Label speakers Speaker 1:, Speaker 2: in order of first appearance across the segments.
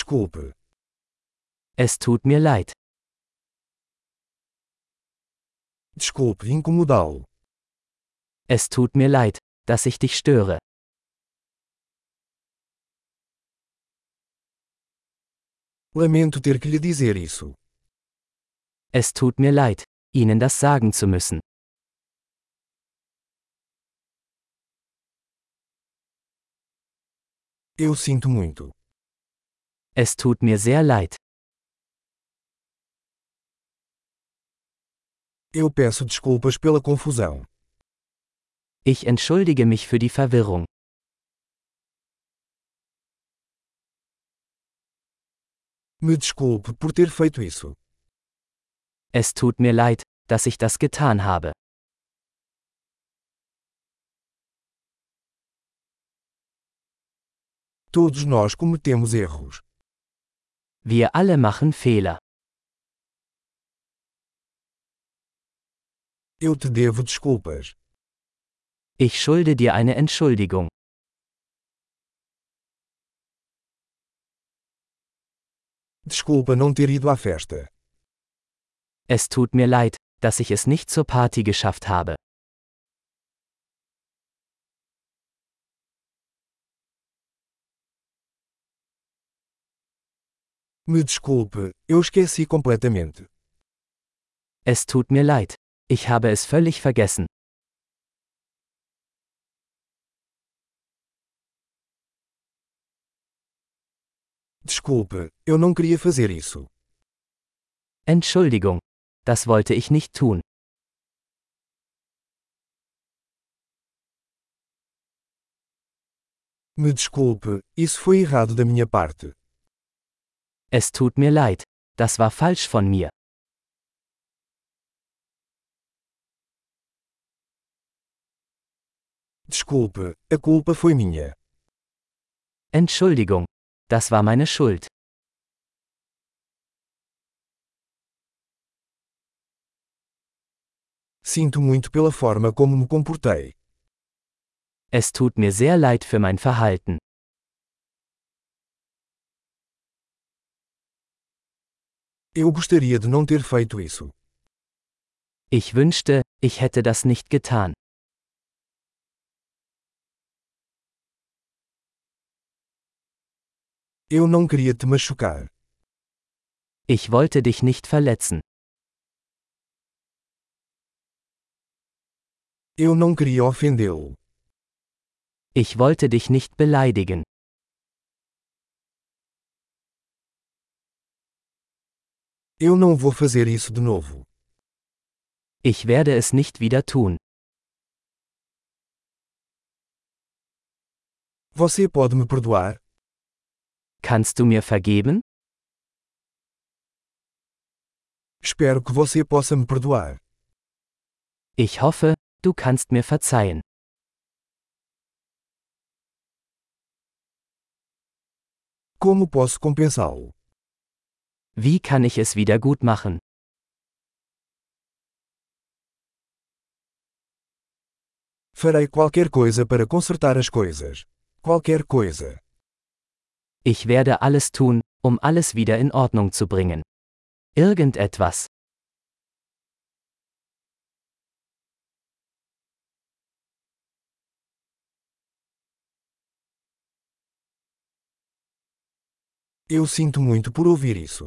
Speaker 1: Desculpe.
Speaker 2: Es tut mir leid.
Speaker 1: Desculpe incomodá-lo.
Speaker 2: Es tut mir leid, dass ich dich störe.
Speaker 1: Lamento ter que lhe dizer isso.
Speaker 2: Es tut mir leid, Ihnen das sagen zu müssen.
Speaker 1: Eu sinto muito.
Speaker 2: Es tut mir sehr leid.
Speaker 1: Eu peço desculpas pela confusão.
Speaker 2: Ich entschuldige mich für die Verwirrung.
Speaker 1: Me desculpe por ter feito isso.
Speaker 2: Es tut mir leid, dass ich das getan habe.
Speaker 1: Todos nós cometemos erros.
Speaker 2: Wir alle machen Fehler.
Speaker 1: Eu te devo desculpas.
Speaker 2: Ich schulde dir eine Entschuldigung.
Speaker 1: Desculpa não ter ido à festa.
Speaker 2: Es tut mir leid, dass ich es nicht zur Party geschafft habe.
Speaker 1: Me desculpe, eu esqueci completamente.
Speaker 2: Es tut mir leid. Ich habe es völlig vergessen.
Speaker 1: Desculpe, eu não queria fazer isso.
Speaker 2: Entschuldigung. Das wollte ich nicht tun.
Speaker 1: Me desculpe, isso foi errado da minha parte.
Speaker 2: Es tut mir leid. Das war falsch von mir.
Speaker 1: Desculpe, a culpa foi minha.
Speaker 2: Entschuldigung. Das war meine Schuld.
Speaker 1: Sinto muito pela forma como me comportei.
Speaker 2: Es tut mir sehr leid für mein Verhalten.
Speaker 1: Eu gostaria de não ter feito isso.
Speaker 2: Ich wünschte, ich hätte das nicht getan.
Speaker 1: Eu não queria te machucar.
Speaker 2: Ich wollte dich nicht verletzen.
Speaker 1: Eu não queria ofendê-lo.
Speaker 2: Ich wollte dich nicht beleidigen.
Speaker 1: Eu não vou fazer isso de novo.
Speaker 2: Ich werde es nicht wieder tun.
Speaker 1: Você pode me perdoar?
Speaker 2: Kannst du mir vergeben?
Speaker 1: Espero que você possa me perdoar.
Speaker 2: Ich hoffe, du kannst mir verzeihen.
Speaker 1: Como posso compensá-lo?
Speaker 2: Wie kann ich es wieder gut machen?
Speaker 1: Farei qualquer coisa para consertar as coisas. Qualquer coisa.
Speaker 2: Ich werde alles tun, um alles wieder in Ordnung zu bringen. Irgendetwas.
Speaker 1: Eu sinto muito por ouvir isso.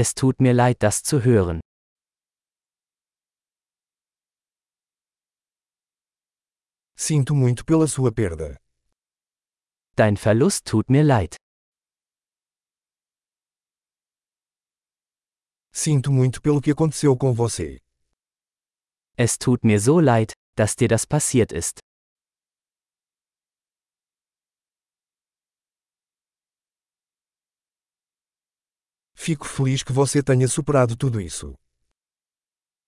Speaker 2: Es tut mir leid, das zu hören.
Speaker 1: Sinto muito pela sua perda.
Speaker 2: Dein Verlust tut mir leid.
Speaker 1: Sinto muito pelo que aconteceu com você.
Speaker 2: Es tut mir so leid, dass dir das passiert ist.
Speaker 1: Fico feliz que você tenha superado tudo isso.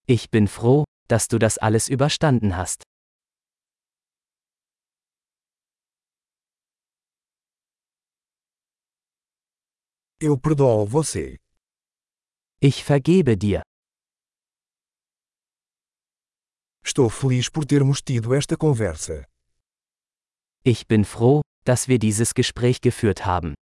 Speaker 2: Ich bin froh, dass du das alles überstanden hast.
Speaker 1: Eu perdoo você.
Speaker 2: Ich vergebe dir.
Speaker 1: Estou feliz por termos tido esta conversa.
Speaker 2: Ich bin froh, dass wir dieses Gespräch geführt haben.